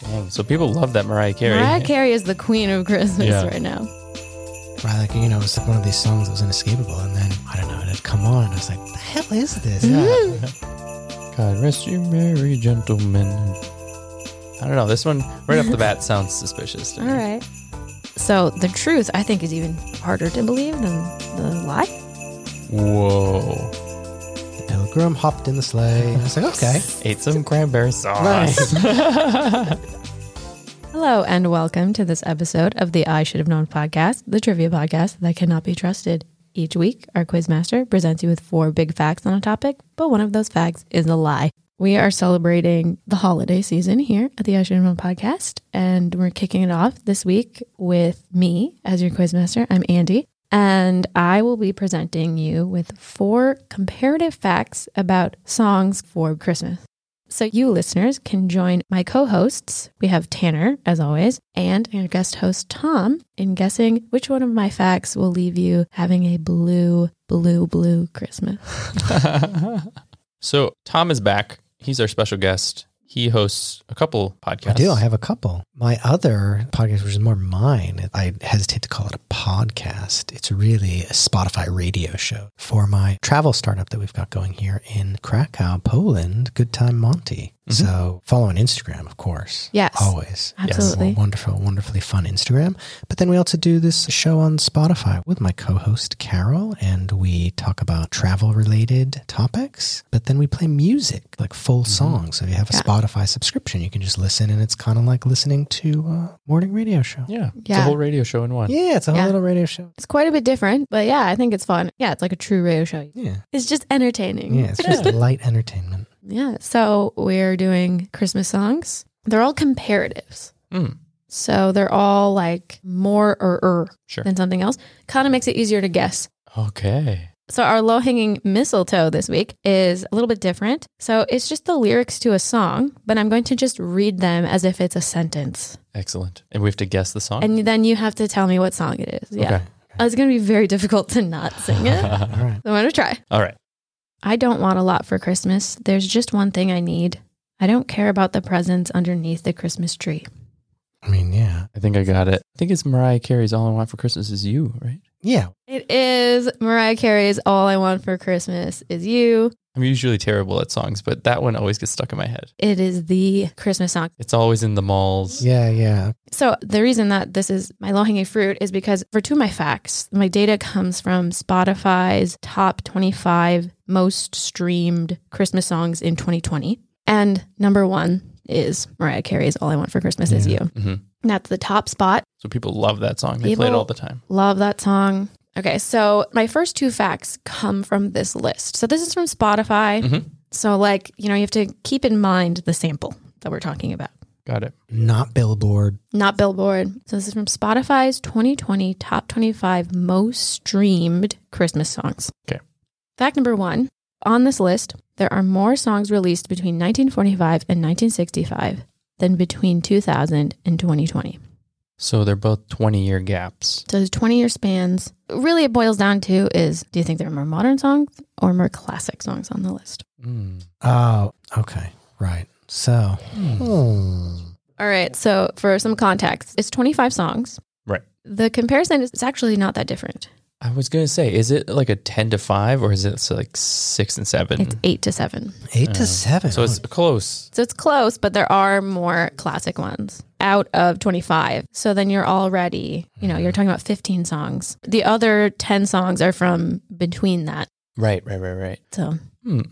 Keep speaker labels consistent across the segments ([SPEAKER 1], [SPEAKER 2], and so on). [SPEAKER 1] Dang. So people love that Mariah Carey.
[SPEAKER 2] Mariah Carey is the queen of Christmas
[SPEAKER 1] Yeah.
[SPEAKER 2] right now.
[SPEAKER 3] Right, like you know, it was like one of these songs that was inescapable, and then I don't know, it had come on, and I was like, "The hell is this?" Yeah.
[SPEAKER 1] God rest you, merry gentlemen. I don't know. This one right off the bat sounds suspicious. To
[SPEAKER 2] All
[SPEAKER 1] me.
[SPEAKER 2] right. So the truth, I think, is even harder to believe than the lie.
[SPEAKER 1] Whoa.
[SPEAKER 3] The pilgrim hopped in the sleigh. I was like, "Okay,
[SPEAKER 1] Ate some cranberry sauce.
[SPEAKER 3] nice."
[SPEAKER 2] Hello, and welcome to this episode of the I Should Have Known podcast, the trivia podcast that cannot be trusted. Each week, our quizmaster presents you with four big facts on a topic, but one of those facts is a lie. We are celebrating the holiday season here at the I Should Have Known podcast, and we're kicking it off this week with me as your quizmaster. I'm Andy, and I will be presenting you with four comparative facts about songs for Christmas. So you listeners can join my co-hosts. We have Tanner, as always, and our guest host Tom in guessing which one of my facts will leave you having a blue, blue, blue Christmas.
[SPEAKER 1] so Tom is back. He's our special guest. He hosts a couple podcasts.
[SPEAKER 3] I do. I have a couple. My other podcast, which is more mine, I hesitate to call it a podcast. It's really a Spotify radio show for my travel startup that we've got going here in Krakow, Poland. Good time, Monty. So follow on Instagram, of course.
[SPEAKER 2] Yes.
[SPEAKER 3] always.
[SPEAKER 2] Absolutely.
[SPEAKER 3] Yes. Wonderful, wonderfully fun Instagram. But then we also do this show on Spotify with my co host Carol, and we talk about travel related topics. But then we play music, like full songs. So if you have
[SPEAKER 2] Mm-hmm.
[SPEAKER 3] a
[SPEAKER 2] Yeah.
[SPEAKER 3] Spotify subscription, you can just listen, and it's kind of like listening to a morning radio show. Yeah,
[SPEAKER 1] Yeah. It's a
[SPEAKER 2] Yeah.
[SPEAKER 1] whole radio show in one.
[SPEAKER 3] it's a whole
[SPEAKER 2] Yeah.
[SPEAKER 3] little radio show.
[SPEAKER 2] It's quite a bit different, but yeah, I think it's fun. Yeah, it's like a true radio show.
[SPEAKER 3] Yeah.
[SPEAKER 2] It's just entertaining.
[SPEAKER 3] Yeah, it's just light entertainment.
[SPEAKER 2] Yeah. So we're doing Christmas songs. They're all comparatives.
[SPEAKER 1] Mm,
[SPEAKER 2] So they're all like more or er
[SPEAKER 1] sure.
[SPEAKER 2] than something else. Kind of makes it easier to guess.
[SPEAKER 1] Okay.
[SPEAKER 2] So, our low hanging mistletoe this week is a little bit different. So, it's just the lyrics to a song, but I'm going to just read them as if it's a sentence.
[SPEAKER 1] Excellent. And we have to guess the song.
[SPEAKER 2] And then you have to tell me what song it is. Yeah. Uh, It's going to be very difficult to not sing it. so,
[SPEAKER 3] All right.
[SPEAKER 2] I'm going to try.
[SPEAKER 1] All right.
[SPEAKER 2] I don't want a lot for Christmas. There's just one thing I need. I don't care about the presents underneath the Christmas tree.
[SPEAKER 3] I mean, yeah.
[SPEAKER 1] I think I got it. I think it's Mariah Carey's All I Want for Christmas Is You, right?
[SPEAKER 3] Yeah.
[SPEAKER 2] It is Mariah Carey's All I Want for Christmas Is You.
[SPEAKER 1] I'm usually terrible at songs, but that one always gets stuck in my head.
[SPEAKER 2] It is the Christmas song.
[SPEAKER 1] It's always in the malls.
[SPEAKER 3] Yeah, yeah.
[SPEAKER 2] So the reason that this is my low hanging fruit is because for two of my facts, my data comes from Spotify's top 25 most streamed Christmas songs in 2020. And number one is Mariah Carey's All I Want for Christmas Is You.
[SPEAKER 3] Yeah.
[SPEAKER 2] And
[SPEAKER 1] Mhm.
[SPEAKER 2] That's the top spot.
[SPEAKER 1] So people love that song. They play it
[SPEAKER 2] People-
[SPEAKER 1] all the time.
[SPEAKER 2] Love that song. Okay, so my first two facts come from this list. So this is from Spotify.
[SPEAKER 1] Mhm.
[SPEAKER 2] So, like, you know, you have to keep in mind the sample that we're talking about.
[SPEAKER 1] Got it.
[SPEAKER 3] Not Billboard.
[SPEAKER 2] not Billboard. So this is from Spotify's 2020 top 25 most streamed Christmas songs.
[SPEAKER 1] Okay.
[SPEAKER 2] Fact number one on this list, there are more songs released between 1945 and 1965 than between 2000 and 2020.
[SPEAKER 1] So they're both 20 year gaps.
[SPEAKER 2] So those 20 year spans. Really, it boils down to is do you think there are more modern songs or more classic songs on the list?
[SPEAKER 1] Mm.
[SPEAKER 3] Oh, okay. Right. So, hmm.
[SPEAKER 2] All right. So for some context, it's 25 songs.
[SPEAKER 1] Right.
[SPEAKER 2] The comparison is it's actually not that different.
[SPEAKER 1] I was going to say, is it like a 10 to 5 or is it so like 6 and 7?
[SPEAKER 2] It's eight to seven.
[SPEAKER 3] Eight
[SPEAKER 1] Uh,
[SPEAKER 3] to seven.
[SPEAKER 1] so it's close.
[SPEAKER 2] So it's close, but there are more classic ones out of 25. So then you're already, you know,
[SPEAKER 3] Mm-hmm.
[SPEAKER 2] you're talking about 15 songs. The other 10 songs are from between that.
[SPEAKER 1] Right, right, right, right.
[SPEAKER 2] So
[SPEAKER 1] Hmm.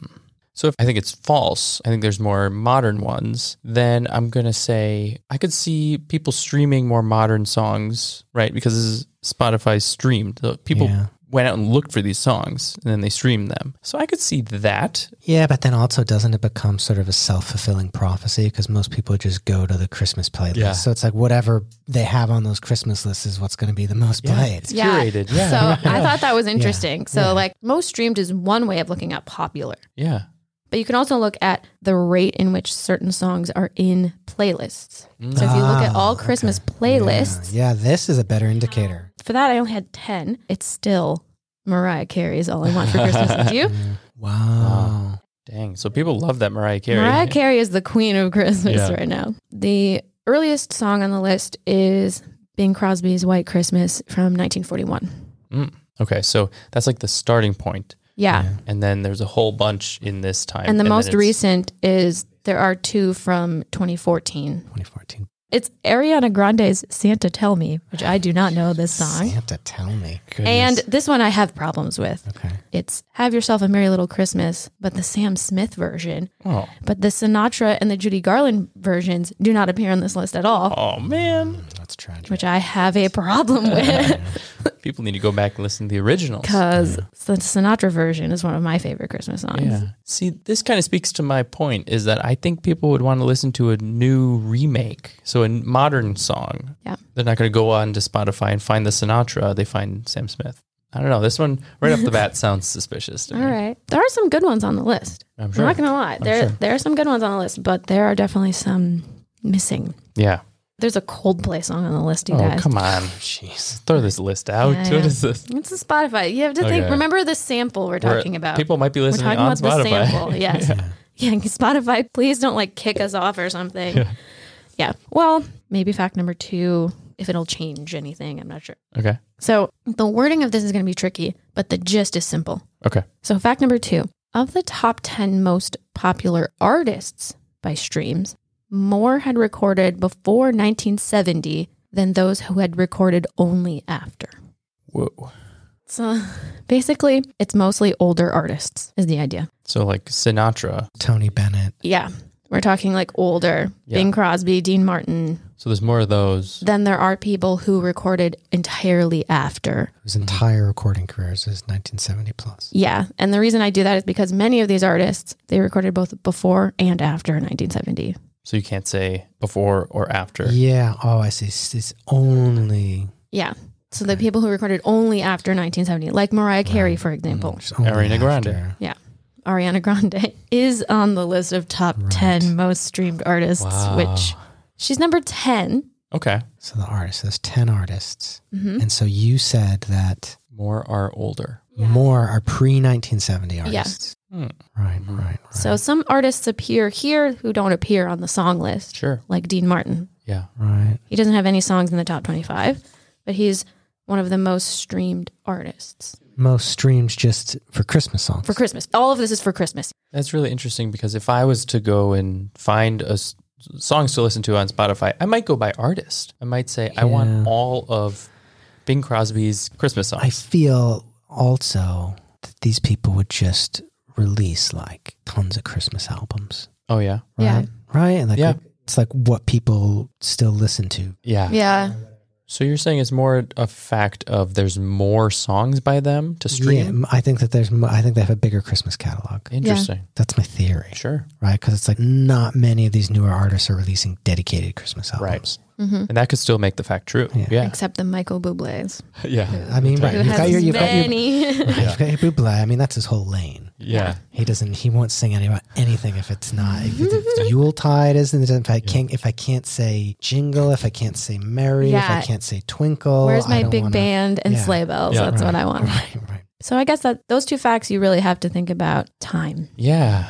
[SPEAKER 1] So if I think it's false, I think there's more modern ones, then I'm going to say I could see people streaming more modern songs, right? Because this is Spotify streamed. So people
[SPEAKER 3] Yeah.
[SPEAKER 1] went out and looked for these songs and then they streamed them. So I could see that.
[SPEAKER 3] yeah, but then also doesn't it become sort of a self fulfilling prophecy because most people just go to the Christmas playlist.
[SPEAKER 1] Yeah.
[SPEAKER 3] So it's like whatever they have on those Christmas lists is what's going to be the most played.
[SPEAKER 1] It's
[SPEAKER 2] Yeah.
[SPEAKER 1] curated. Yeah.
[SPEAKER 2] so I thought that was interesting. So
[SPEAKER 3] Yeah.
[SPEAKER 2] like most streamed is one way of looking at popular.
[SPEAKER 1] yeah.
[SPEAKER 2] But you can also look at the rate in which certain songs are in playlists. So
[SPEAKER 1] Mm.
[SPEAKER 2] if you look at
[SPEAKER 3] Ah,
[SPEAKER 2] all
[SPEAKER 3] okay.
[SPEAKER 2] Christmas
[SPEAKER 3] Yeah.
[SPEAKER 2] playlists,
[SPEAKER 3] Yeah, this is a better indicator.
[SPEAKER 2] for that I only had 10. It's still Mariah Carey's All I Want for Christmas Is You.
[SPEAKER 3] Mm. Wow.
[SPEAKER 1] Dang. So people love that Mariah Carey.
[SPEAKER 2] Mariah Carey is the queen of Christmas
[SPEAKER 1] Yeah.
[SPEAKER 2] right now. The Earliest song on the list is Bing Crosby's White Christmas from 1941.
[SPEAKER 1] Okay, so that's like the starting point,
[SPEAKER 2] Yeah.
[SPEAKER 1] and then there's a whole bunch in this time.
[SPEAKER 2] And the
[SPEAKER 1] then
[SPEAKER 2] most
[SPEAKER 1] it's-
[SPEAKER 2] recent is there are two from 2014.
[SPEAKER 3] 2014.
[SPEAKER 2] It's Ariana Grande's Santa Tell Me, which I do not know this song.
[SPEAKER 3] Santa, tell me.
[SPEAKER 1] Goodness.
[SPEAKER 2] And this one I have problems with.
[SPEAKER 3] Okay.
[SPEAKER 2] It's Have Yourself a Merry Little Christmas, but the Sam Smith version.
[SPEAKER 1] oh,
[SPEAKER 2] But the Sinatra and the Judy Garland versions do not appear on this list at all,
[SPEAKER 1] oh man,
[SPEAKER 3] That's tragic.
[SPEAKER 2] which I have a problem with
[SPEAKER 1] people need to go back and listen to the originals.
[SPEAKER 2] because the Sinatra version is one of my favorite Christmas songs.
[SPEAKER 1] Yeah. See, this kind of speaks to my point is that I think people would want to listen to a new remake, so a modern song.
[SPEAKER 2] Yeah.
[SPEAKER 1] They're not going to go on to Spotify and find the Sinatra. They find Sam Smith. I don't know. This one right off the bat sounds suspicious to me.
[SPEAKER 2] All right. There are some good ones on the list.
[SPEAKER 1] I'm
[SPEAKER 2] I'm,
[SPEAKER 1] sure.
[SPEAKER 2] not going to lie. there there are some good ones on the list, but there are definitely some missing.
[SPEAKER 1] Yeah.
[SPEAKER 2] There's a Coldplay song on the list, you
[SPEAKER 1] Oh,
[SPEAKER 2] guys.
[SPEAKER 1] come on.
[SPEAKER 3] Jeez.
[SPEAKER 1] Throw this list out.
[SPEAKER 2] Yeah,
[SPEAKER 1] What
[SPEAKER 2] yeah.
[SPEAKER 1] is this?
[SPEAKER 2] It's a Spotify. You have to think.
[SPEAKER 1] Okay.
[SPEAKER 2] Remember the sample we're
[SPEAKER 1] Oh, We're-
[SPEAKER 2] talking about.
[SPEAKER 1] People might be
[SPEAKER 2] we're
[SPEAKER 1] listening
[SPEAKER 2] talking
[SPEAKER 1] on
[SPEAKER 2] about the
[SPEAKER 1] Spotify.
[SPEAKER 2] sample. Yes. yeah. Spotify, please don't like kick us off or something. Yeah. Well, maybe fact number two, if it'll change anything, I'm not sure.
[SPEAKER 1] okay.
[SPEAKER 2] So the wording of this is going to be tricky, but the gist is simple.
[SPEAKER 1] Okay.
[SPEAKER 2] So, fact number two of the top 10 most popular artists by streams, more had recorded before 1970 than those who had recorded only after.
[SPEAKER 1] Whoa.
[SPEAKER 2] So, basically, it's mostly older artists, is the idea.
[SPEAKER 1] So like Sinatra.
[SPEAKER 3] Tony Bennett.
[SPEAKER 2] Yeah. We're talking like older
[SPEAKER 1] Yeah.
[SPEAKER 2] Bing Crosby, Dean Martin.
[SPEAKER 1] So there's more of those.
[SPEAKER 2] Then there are people who recorded entirely after.
[SPEAKER 3] whose
[SPEAKER 1] Mm-hmm.
[SPEAKER 3] entire recording career is 1970 plus.
[SPEAKER 2] Yeah. And the reason I do that is because many of these artists, they recorded both before and after 1970.
[SPEAKER 1] So you can't say before or after.
[SPEAKER 3] Yeah. Oh, I see. It's it's only,
[SPEAKER 2] Yeah. So the people who recorded only after 1970, like Mariah Carey, for example,
[SPEAKER 3] it's only
[SPEAKER 1] Ariana Grande.
[SPEAKER 3] after.
[SPEAKER 2] Ariana Grande is on the list of top 10 most streamed artists,
[SPEAKER 1] Wow.
[SPEAKER 2] which she's number 10.
[SPEAKER 1] Okay.
[SPEAKER 3] So the artists, there's 10 artists.
[SPEAKER 2] Mm-hmm.
[SPEAKER 3] And so you said that
[SPEAKER 1] More are older.
[SPEAKER 3] more are pre 1970 artists.
[SPEAKER 1] Hmm.
[SPEAKER 3] Right, right, right.
[SPEAKER 2] So some artists appear here who don't appear on the song list,
[SPEAKER 1] Sure.
[SPEAKER 2] like Dean Martin.
[SPEAKER 1] Yeah.
[SPEAKER 3] right.
[SPEAKER 2] He doesn't have any songs in the top 25, but he's one of the most streamed artists
[SPEAKER 3] Most streams just for Christmas songs.
[SPEAKER 2] for Christmas. All of this is for Christmas.
[SPEAKER 1] That's really interesting because if I was to go and find a s- songs to listen to on Spotify, I might go by artist. I might say I
[SPEAKER 3] Yeah.
[SPEAKER 1] want all of Bing Crosby's Christmas
[SPEAKER 3] I
[SPEAKER 1] songs.
[SPEAKER 3] feel also that these people would just release like tons of Christmas albums.
[SPEAKER 1] oh yeah.
[SPEAKER 3] Right?
[SPEAKER 2] Yeah.
[SPEAKER 3] Right. And like,
[SPEAKER 1] Yeah.
[SPEAKER 3] it's like what people still listen to.
[SPEAKER 1] Yeah.
[SPEAKER 2] Yeah.
[SPEAKER 1] So you're saying it's more a fact of there's more songs by them to stream.
[SPEAKER 3] Yeah, I think that there's, mo- I think they have a bigger Christmas catalog.
[SPEAKER 1] Interesting.
[SPEAKER 3] That's my theory,
[SPEAKER 1] Sure.
[SPEAKER 3] right? Because it's like not many of these newer artists are releasing dedicated Christmas albums.
[SPEAKER 2] hmm
[SPEAKER 1] And that could still make the fact true.
[SPEAKER 3] Uh-huh. Yeah.
[SPEAKER 1] Yeah.
[SPEAKER 2] Except the Michael Bublé's.
[SPEAKER 1] Yeah.
[SPEAKER 3] I mean,
[SPEAKER 1] Who
[SPEAKER 3] right?
[SPEAKER 2] who
[SPEAKER 3] You've
[SPEAKER 2] has
[SPEAKER 3] got your, you've got your,
[SPEAKER 2] many.
[SPEAKER 3] you've got your Bublé. I mean, that's his whole lane.
[SPEAKER 1] Yeah.
[SPEAKER 3] He doesn't. He won't sing any about anything if it's not if it's Yuletide. Isn't it? If I can't, if I can't say jingle, if I can't say merry,
[SPEAKER 2] Yeah.
[SPEAKER 3] if I can't say twinkle,
[SPEAKER 2] Where's
[SPEAKER 3] Oh, I
[SPEAKER 2] my
[SPEAKER 3] don't
[SPEAKER 2] big
[SPEAKER 3] wanna-
[SPEAKER 2] band and
[SPEAKER 3] Yeah.
[SPEAKER 2] sleigh bells?
[SPEAKER 1] Yeah.
[SPEAKER 2] That's what I want.
[SPEAKER 3] Right, right.
[SPEAKER 2] So I guess that those two facts you really have to think about time.
[SPEAKER 1] Yeah.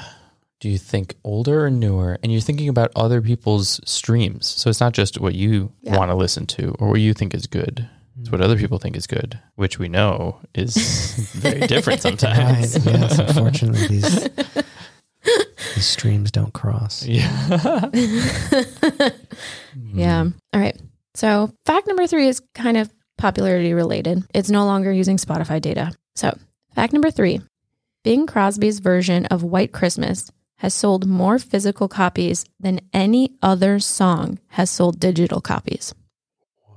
[SPEAKER 1] Do you think older or newer? And you're thinking about other people's streams. So it's not just what you
[SPEAKER 2] Yeah.
[SPEAKER 1] want to listen to or what you think is good. It's what other people think is good, which we know is very different
[SPEAKER 3] Right,
[SPEAKER 1] sometimes.
[SPEAKER 3] yes, unfortunately, these these streams don't cross.
[SPEAKER 1] Yeah.
[SPEAKER 2] Yeah.
[SPEAKER 3] Mm-hmm.
[SPEAKER 2] All right. So fact number three is kind of popularity related. It's no longer using Spotify data. So fact number three, Bing Crosby's version of White Christmas has sold more physical copies than any other song has sold digital copies.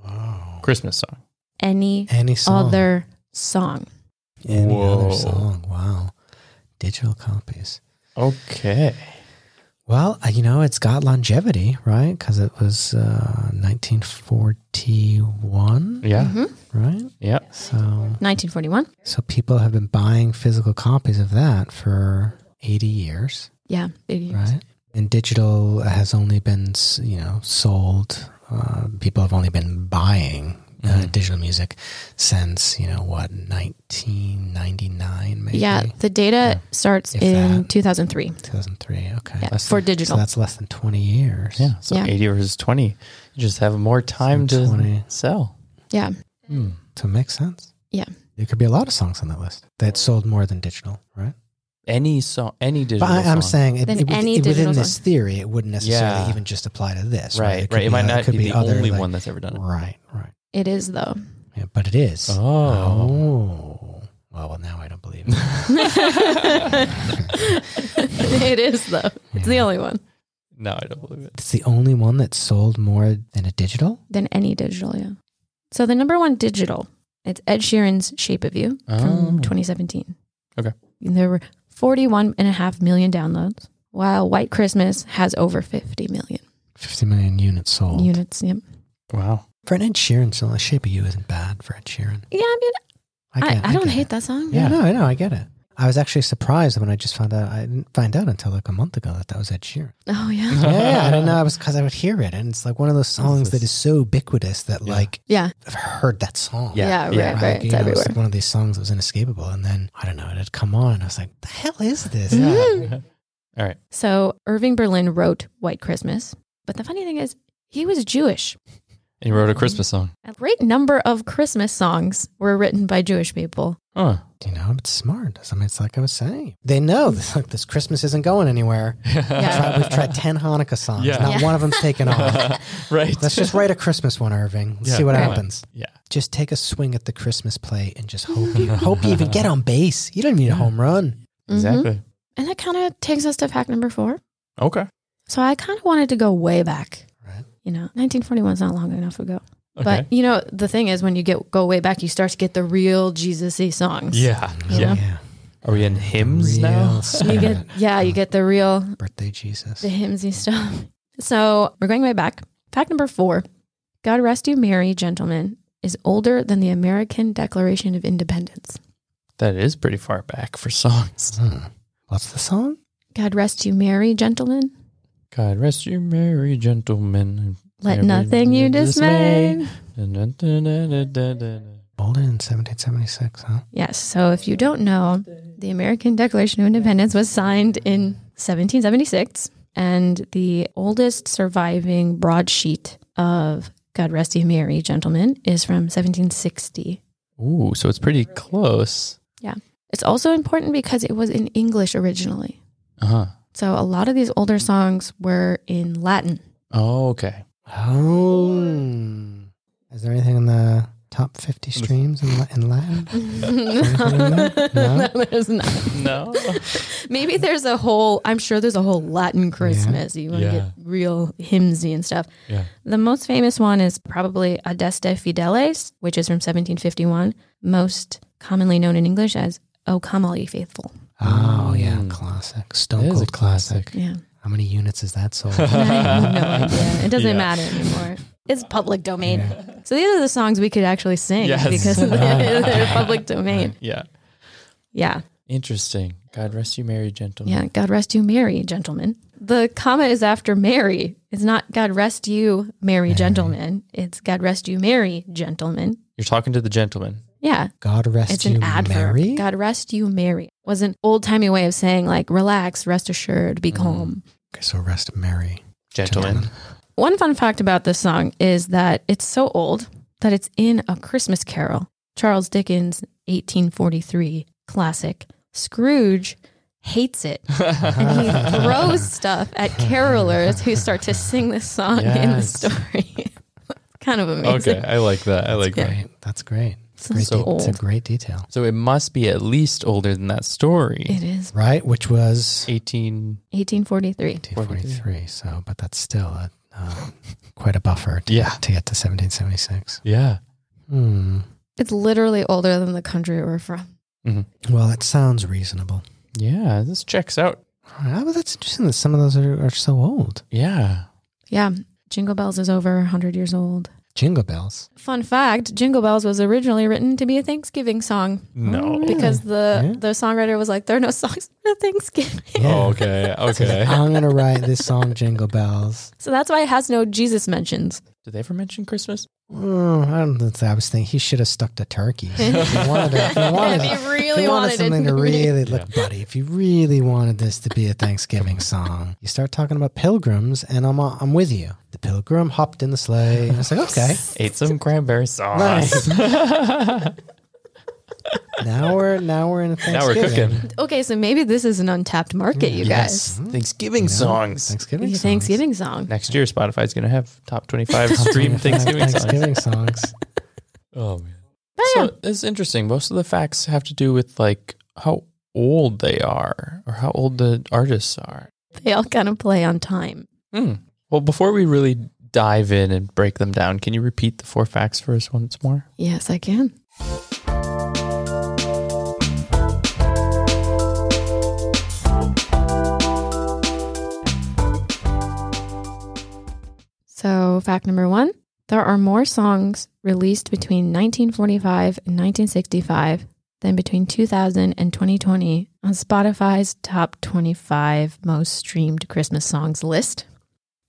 [SPEAKER 3] Wow.
[SPEAKER 1] Christmas song.
[SPEAKER 2] Any
[SPEAKER 3] Any song,
[SPEAKER 2] other song.
[SPEAKER 3] any
[SPEAKER 1] Whoa.
[SPEAKER 3] other song. Wow, digital copies.
[SPEAKER 1] Okay.
[SPEAKER 3] Well, uh, you know, it's got longevity, right? Because it was uh, 1941,
[SPEAKER 1] Yeah.
[SPEAKER 2] Mhm.
[SPEAKER 3] right?
[SPEAKER 1] Yeah.
[SPEAKER 3] So,
[SPEAKER 2] 1941.
[SPEAKER 3] so people have been buying physical copies of that for 80 years,
[SPEAKER 2] Yeah. big years.
[SPEAKER 3] right? And digital has only been, s- you know, sold. Uh, people have only been buying
[SPEAKER 2] Mm-hmm.
[SPEAKER 3] uh, digital music since you know what 1999 maybe
[SPEAKER 2] Yeah, the data starts
[SPEAKER 3] If
[SPEAKER 2] in
[SPEAKER 3] that.
[SPEAKER 2] 2003
[SPEAKER 3] 2003 okay
[SPEAKER 2] yeah,
[SPEAKER 1] Less
[SPEAKER 2] for
[SPEAKER 1] than-
[SPEAKER 3] so
[SPEAKER 2] digital.
[SPEAKER 3] that's less than 20 years
[SPEAKER 1] Yeah. So
[SPEAKER 2] Yeah.
[SPEAKER 1] 80 versus 20. You just have more time
[SPEAKER 3] So
[SPEAKER 1] to
[SPEAKER 3] 20.
[SPEAKER 1] sell.
[SPEAKER 2] yeah.
[SPEAKER 1] Hmm.
[SPEAKER 3] so it makes sense
[SPEAKER 2] Yeah.
[SPEAKER 3] there could be a lot of songs on that list that sold more than digital right
[SPEAKER 1] Any song, any digital.
[SPEAKER 3] but I, i'm
[SPEAKER 1] song.
[SPEAKER 3] saying it,
[SPEAKER 2] Than
[SPEAKER 3] it would-
[SPEAKER 2] any
[SPEAKER 3] it- within
[SPEAKER 2] digital
[SPEAKER 3] this theory it wouldn't necessarily
[SPEAKER 1] Yeah.
[SPEAKER 3] even just apply to this right
[SPEAKER 1] Right,
[SPEAKER 3] could
[SPEAKER 1] right. It
[SPEAKER 3] be
[SPEAKER 1] might
[SPEAKER 3] other-
[SPEAKER 1] not
[SPEAKER 3] could
[SPEAKER 1] be, the
[SPEAKER 3] other,
[SPEAKER 1] only
[SPEAKER 3] like-
[SPEAKER 1] one that's ever done it.
[SPEAKER 3] right right
[SPEAKER 2] It is though.
[SPEAKER 3] yeah, but it is
[SPEAKER 1] Oh.
[SPEAKER 3] oh well, well now i don't believe it
[SPEAKER 2] it is though. It's the only one.
[SPEAKER 1] No, I don't believe it.
[SPEAKER 3] It's the only one that sold more than a digital.
[SPEAKER 2] Than any digital, yeah. So the number one digital, it's Ed Sheeran's Shape of You
[SPEAKER 1] Oh.
[SPEAKER 2] from 2017.
[SPEAKER 1] Okay.
[SPEAKER 2] And there were 41 and a half million downloads, while White Christmas has over 50 million
[SPEAKER 3] 50 million units sold.
[SPEAKER 2] units. Yep.
[SPEAKER 1] Wow.
[SPEAKER 3] For an Ed Sheeran song, The Shape of You isn't bad for Ed Sheeran.
[SPEAKER 2] Yeah, I mean, I,
[SPEAKER 3] get-
[SPEAKER 2] I, don't
[SPEAKER 3] get
[SPEAKER 2] hate
[SPEAKER 3] it.
[SPEAKER 2] that song.
[SPEAKER 3] Yeah, no, I know, I get it. I was actually surprised when I just found out. I didn't find out until like a month ago that that was Ed Sheeran.
[SPEAKER 2] Oh, yeah.
[SPEAKER 3] yeah, yeah, I didn't know. I was because I would hear it, and it's like one of those songs that is so ubiquitous that
[SPEAKER 1] Yeah.
[SPEAKER 3] like
[SPEAKER 2] Yeah.
[SPEAKER 3] I've heard that song.
[SPEAKER 1] Yeah,
[SPEAKER 2] Yeah,
[SPEAKER 1] yeah.
[SPEAKER 2] right,
[SPEAKER 3] Like,
[SPEAKER 2] right.
[SPEAKER 3] you
[SPEAKER 2] It's
[SPEAKER 3] know, it was
[SPEAKER 2] everywhere.
[SPEAKER 3] like one of these songs that was inescapable, and then I don't know, it had come on, and I was like, "The hell is this?"
[SPEAKER 1] Mm-hmm.
[SPEAKER 2] Mm-hmm.
[SPEAKER 1] All right.
[SPEAKER 2] So Irving Berlin wrote White Christmas. But the funny thing is, he was Jewish.
[SPEAKER 1] And you wrote a Christmas song.
[SPEAKER 2] A great number of Christmas songs were written by Jewish people.
[SPEAKER 1] Huh.
[SPEAKER 3] You know, it's smart. I mean, it's like I was saying, they know this, like, this Christmas isn't going anywhere. Tried- we've tried 10 Hanukkah songs.
[SPEAKER 1] Yeah.
[SPEAKER 3] Not
[SPEAKER 2] Yeah.
[SPEAKER 3] one of them's taken off.
[SPEAKER 1] right.
[SPEAKER 3] Let's just write a Christmas one, Irving. Let's
[SPEAKER 1] Yeah,
[SPEAKER 3] see what
[SPEAKER 1] come on.
[SPEAKER 3] happens.
[SPEAKER 1] Yeah.
[SPEAKER 3] Just take a swing at the Christmas play and just hope you hope you even get on base. You don't need a home run.
[SPEAKER 2] Mhm.
[SPEAKER 1] Exactly.
[SPEAKER 2] And that kind of takes us to fact number four.
[SPEAKER 1] Okay.
[SPEAKER 2] So I kind of wanted to go way back.
[SPEAKER 3] Right.
[SPEAKER 2] You know, 1941 is not long enough ago.
[SPEAKER 1] Okay.
[SPEAKER 2] But you know, the thing is, when you get go way back, you start to get the real Jesus-y songs.
[SPEAKER 1] yeah.
[SPEAKER 3] Oh,
[SPEAKER 1] Yeah. Are we in hymns now?
[SPEAKER 3] Real
[SPEAKER 2] You
[SPEAKER 3] spirit.
[SPEAKER 2] get yeah, you get the real
[SPEAKER 3] birthday Jesus.
[SPEAKER 2] the hymnsy stuff. So we're going way back. Fact number four: God rest you, Mary, gentlemen, is older than the American Declaration of Independence.
[SPEAKER 1] That is pretty far back for songs.
[SPEAKER 3] Hmm. What's the song?
[SPEAKER 2] God rest you, Mary, gentlemen.
[SPEAKER 1] God rest you, merry gentlemen.
[SPEAKER 2] Let
[SPEAKER 1] Every
[SPEAKER 2] nothing you dismay.
[SPEAKER 1] Da-da-da-da-da-da.
[SPEAKER 3] Older in 1776, huh?
[SPEAKER 2] Yes. So if you don't know, the American Declaration of Independence was signed in 1776, and the oldest surviving broadsheet of God Rest You Merry Gentlemen is from 1760.
[SPEAKER 1] Ooh, so it's pretty close.
[SPEAKER 2] It's also important because it was in English originally.
[SPEAKER 1] Uh huh.
[SPEAKER 2] So a lot of these older songs were in Latin.
[SPEAKER 1] Oh, okay.
[SPEAKER 3] Oh. Is there anything in the top 50 streams in, La- in Latin?
[SPEAKER 2] no,
[SPEAKER 1] Mm-hmm.
[SPEAKER 3] No?
[SPEAKER 2] there's not.
[SPEAKER 1] No.
[SPEAKER 2] Maybe there's a whole, I'm sure there's a whole Latin Christmas. You want to
[SPEAKER 1] Yeah.
[SPEAKER 2] get real hymnsy and stuff.
[SPEAKER 1] yeah.
[SPEAKER 2] The most famous one is probably Adeste Fideles, which is from 1751, most commonly known in English as O Come All Ye Faithful.
[SPEAKER 3] Oh yeah,
[SPEAKER 1] Mm.
[SPEAKER 3] classic.
[SPEAKER 1] It
[SPEAKER 3] Stone
[SPEAKER 1] is a
[SPEAKER 3] Cold classic.
[SPEAKER 1] classic.
[SPEAKER 2] Yeah.
[SPEAKER 3] How many units is that sold?
[SPEAKER 2] I have no idea. It doesn't
[SPEAKER 1] Yeah.
[SPEAKER 2] matter anymore. It's public domain. So these are the songs we could actually sing
[SPEAKER 1] Yes.
[SPEAKER 2] because they're, they're public domain.
[SPEAKER 1] Yeah.
[SPEAKER 2] Yeah.
[SPEAKER 1] Interesting. God rest you, merry gentlemen.
[SPEAKER 2] Yeah. God rest you, Mary, gentlemen. The comma is after Mary. It's not God rest you, Mary, gentlemen. It's God rest you, Mary, gentlemen.
[SPEAKER 1] You're talking to the gentleman.
[SPEAKER 2] Yeah.
[SPEAKER 3] God rest
[SPEAKER 2] It's
[SPEAKER 3] you,
[SPEAKER 2] an adverb.
[SPEAKER 3] Mary.
[SPEAKER 2] God rest you, Mary. Was an old timey way of saying like relax, rest assured,
[SPEAKER 3] Mm.
[SPEAKER 2] be calm.
[SPEAKER 3] Okay, so rest Mary.
[SPEAKER 1] Gentlemen.
[SPEAKER 2] One fun fact about this song is that it's so old that it's in a Christmas Carol, Charles Dickens' 1843 classic. Scrooge hates it and he throws stuff at carolers who start to sing this song in the
[SPEAKER 3] Yes.
[SPEAKER 2] story. kind of amazing.
[SPEAKER 1] okay. I like that. I like that.
[SPEAKER 3] Great. That's great.
[SPEAKER 2] So
[SPEAKER 3] Great
[SPEAKER 2] it's
[SPEAKER 3] de- it's a
[SPEAKER 2] old.
[SPEAKER 3] great detail,
[SPEAKER 1] So it must be at least older than that story.
[SPEAKER 2] It is
[SPEAKER 3] right? Which was
[SPEAKER 1] 18.
[SPEAKER 2] 1843.
[SPEAKER 3] 1843. So, but that's still a, um, quite a buffer to,
[SPEAKER 1] Yeah.
[SPEAKER 3] to get to 1776.
[SPEAKER 1] Yeah.
[SPEAKER 3] Hmm.
[SPEAKER 2] It's literally older than the country we're from.
[SPEAKER 3] Well, it sounds reasonable.
[SPEAKER 1] Yeah. This checks out.
[SPEAKER 3] All right, well, that's interesting that some of those are, are so old.
[SPEAKER 1] Yeah.
[SPEAKER 2] Yeah. Jingle Bells is over 100 years old.
[SPEAKER 3] Jingle bells.
[SPEAKER 2] Fun fact, Jingle Bells was originally written to be a Thanksgiving song
[SPEAKER 1] No.
[SPEAKER 2] because the
[SPEAKER 3] Yeah.
[SPEAKER 2] the songwriter was like there are no songs for Thanksgiving.
[SPEAKER 1] Oh, okay.
[SPEAKER 3] So
[SPEAKER 1] Okay.
[SPEAKER 3] I'm gonna write this song, Jingle Bells.
[SPEAKER 2] so that's why it has no Jesus mentions.
[SPEAKER 1] Did they ever mention Christmas?
[SPEAKER 3] Mm, I don't think I was thinking he should have stuck to turkey. If you wanted, to, if you wanted,
[SPEAKER 2] If you really
[SPEAKER 3] if you
[SPEAKER 2] wanted it
[SPEAKER 3] something to
[SPEAKER 2] to be-
[SPEAKER 3] really look, buddy. If you really wanted this to be a Thanksgiving song, you start talking about pilgrims, and I'm I'm with you. The pilgrim hopped in the sleigh, and it's like, okay,
[SPEAKER 1] Ate some cranberry sauce.
[SPEAKER 3] Nice. now we're now we're in
[SPEAKER 1] Now we're
[SPEAKER 3] Thanksgiving.
[SPEAKER 1] cooking.
[SPEAKER 2] Okay, so maybe this is an untapped market, you
[SPEAKER 1] Yes. Thanksgiving songs.
[SPEAKER 3] Thanksgiving.
[SPEAKER 2] guys. Your
[SPEAKER 3] songs.
[SPEAKER 2] Thanksgiving song.
[SPEAKER 1] Next year, Spotify's going to have top 25 stream Thanksgiving songs.
[SPEAKER 3] Thanksgiving songs.
[SPEAKER 1] Oh, man.
[SPEAKER 2] Oh, yeah.
[SPEAKER 1] So it's interesting. Most of the facts have to do with like how old they are or how old the artists are.
[SPEAKER 2] They all kind of play on time.
[SPEAKER 1] Hmm. Well, before we really dive in and break them down, can you repeat the four facts for us once more?
[SPEAKER 2] Yes, I can. So, fact number one there are more songs released between 1945 and 1965 than between 2000 and 2020 on Spotify's top 25 most streamed Christmas songs list.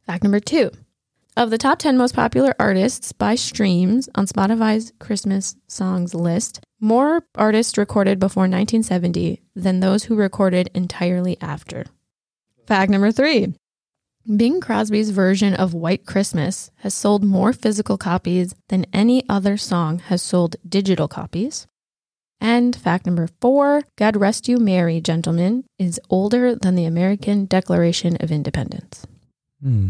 [SPEAKER 2] Fact number two of the top 10 most popular artists by streams on Spotify's Christmas songs list, more artists recorded before 1970 than those who recorded entirely after. Fact number three Bing Crosby's version of White Christmas has sold more physical copies than any other song has sold digital copies. And fact number four God Rest You Merry, Gentlemen, is older than the American Declaration of Independence.
[SPEAKER 1] Hmm.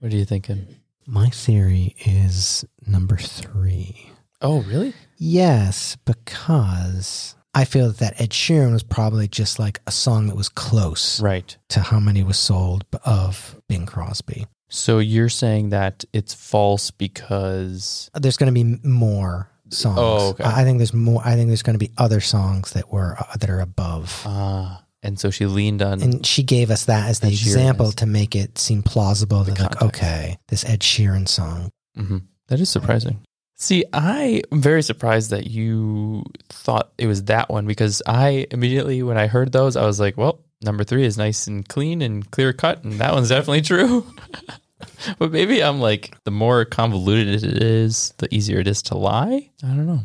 [SPEAKER 1] What are you thinking?
[SPEAKER 3] My theory is number three.
[SPEAKER 1] Oh, really?
[SPEAKER 3] Yes, because I feel that Ed Sheeran was probably just like a song that was close
[SPEAKER 1] Right.
[SPEAKER 3] to how many was sold of Bing Crosby.
[SPEAKER 1] So you're saying that it's false because
[SPEAKER 3] There's going to be more songs.
[SPEAKER 1] Oh, okay.
[SPEAKER 3] I I think there's more. I think there's going to be other songs that were uh, that are above.
[SPEAKER 1] ah, and so she leaned on
[SPEAKER 3] and she gave us that as the
[SPEAKER 1] Ed Sheeran
[SPEAKER 3] example
[SPEAKER 1] is-
[SPEAKER 3] to make it seem plausible. That like,
[SPEAKER 1] context.
[SPEAKER 3] okay, this Ed Sheeran song.
[SPEAKER 1] Mhm. That is surprising. See, I am very surprised that you thought it was that one because I immediately, when I heard those, I was like, well, number three is nice and clean and clear cut, and that one's definitely true. but maybe I'm like, the more convoluted it is, the easier it is to lie. I don't know.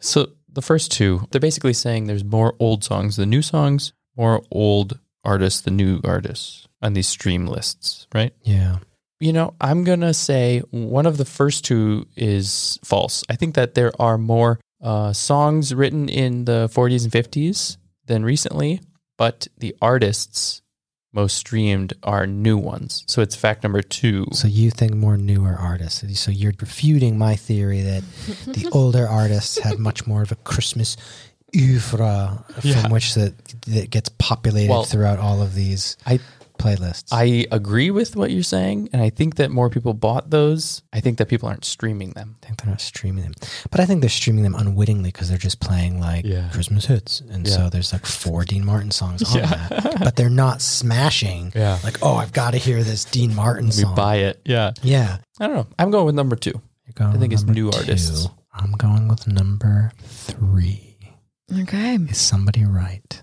[SPEAKER 1] So the first two, they're basically saying there's more old songs than new songs, more old artists than new artists on these stream lists, right?
[SPEAKER 3] Yeah,
[SPEAKER 1] You know, I'm going to say one of the first two is false. I think that there are more uh, songs written in the 40s and 50s than recently, but the artists most streamed are new ones. So it's fact number two.
[SPEAKER 3] So you think more newer artists. So you're refuting my theory that the older artists had much more of a Christmas oeuvre from
[SPEAKER 1] Yeah.
[SPEAKER 3] which that that gets populated
[SPEAKER 1] Well,
[SPEAKER 3] throughout all of these
[SPEAKER 1] I-
[SPEAKER 3] playlists.
[SPEAKER 1] I agree with what you're saying, and I think that more people bought those. I think that people aren't streaming them.
[SPEAKER 3] I think they're not streaming them, but I think they're streaming them unwittingly because they're just playing like
[SPEAKER 1] Yeah.
[SPEAKER 3] Christmas hits, and
[SPEAKER 1] Yeah.
[SPEAKER 3] so there's like four Dean Martin songs on
[SPEAKER 1] Oh, Yeah.
[SPEAKER 3] that, but they're not smashing.
[SPEAKER 1] Yeah.
[SPEAKER 3] Like, oh, I've got to hear this Dean Martin
[SPEAKER 1] We
[SPEAKER 3] song.
[SPEAKER 1] buy it. Yeah.
[SPEAKER 3] yeah,
[SPEAKER 1] I don't know. I'm going with number two.
[SPEAKER 3] You're going
[SPEAKER 1] I think
[SPEAKER 3] with
[SPEAKER 1] it's
[SPEAKER 3] number
[SPEAKER 1] new artists.
[SPEAKER 3] I'm going with number three.
[SPEAKER 2] Okay.
[SPEAKER 3] Is somebody right?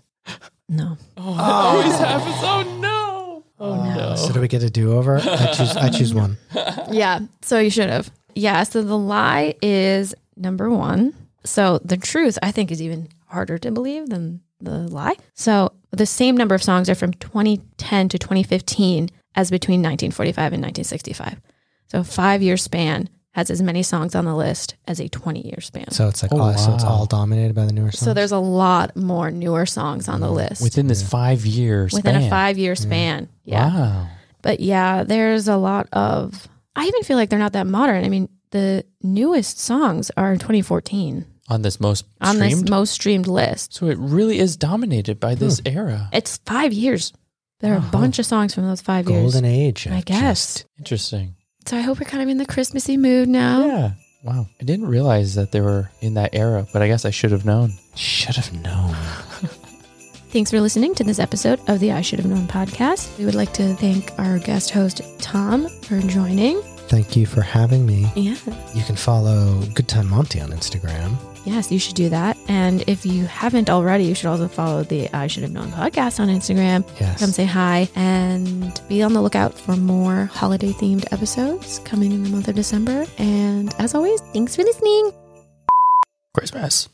[SPEAKER 2] No.
[SPEAKER 1] Oh, that always happens. Oh, no. Oh,
[SPEAKER 3] So do we get a do-over? I choose. I choose one.
[SPEAKER 2] Yeah, so you should have. Yeah, so the lie is number one. So the truth, I think, is even harder to believe than the lie. So the same number of songs are from 2010 to 2015 as between 1945 and 1965. So a five year span has as many songs on the list as a 20 year span. So,
[SPEAKER 3] So it's like,
[SPEAKER 1] Oh,
[SPEAKER 3] all, so it's
[SPEAKER 1] wow.
[SPEAKER 3] all dominated by the newer songs.
[SPEAKER 2] there's a lot more newer songs on the list
[SPEAKER 1] Within this five year span. Mm.
[SPEAKER 2] within a five year span. Yeah.
[SPEAKER 1] Wow.
[SPEAKER 2] But yeah, there's a lot of. I even feel like they're not that modern. I mean, the newest songs are in 2014
[SPEAKER 1] On this most
[SPEAKER 2] on
[SPEAKER 1] streamed.
[SPEAKER 2] this most streamed list.
[SPEAKER 1] so it really is dominated by this era.
[SPEAKER 2] It's five years. There are a bunch of songs from those five years.
[SPEAKER 3] Uh-huh. golden age.
[SPEAKER 2] I
[SPEAKER 3] of
[SPEAKER 2] guess.
[SPEAKER 3] just-
[SPEAKER 1] Interesting.
[SPEAKER 2] So I hope we're kind of in the Christmassy mood now.
[SPEAKER 1] Yeah. Wow. I didn't realize that they were in that era, but I guess I should have known.
[SPEAKER 3] should have known.
[SPEAKER 2] Thanks for listening to this episode of the I Should Have Known podcast. We would like to thank our guest host, Tom, for joining.
[SPEAKER 3] Thank you for having me.
[SPEAKER 2] Yeah.
[SPEAKER 3] You can follow Good Time Monty on Instagram.
[SPEAKER 2] Yes, you should do that. And if you haven't already, you should also follow the I Should Have Known podcast on Instagram.
[SPEAKER 3] Yes.
[SPEAKER 2] Come say hi and be on the lookout for more holiday themed episodes coming in the month of December. And as always, thanks for listening.
[SPEAKER 1] Christmas.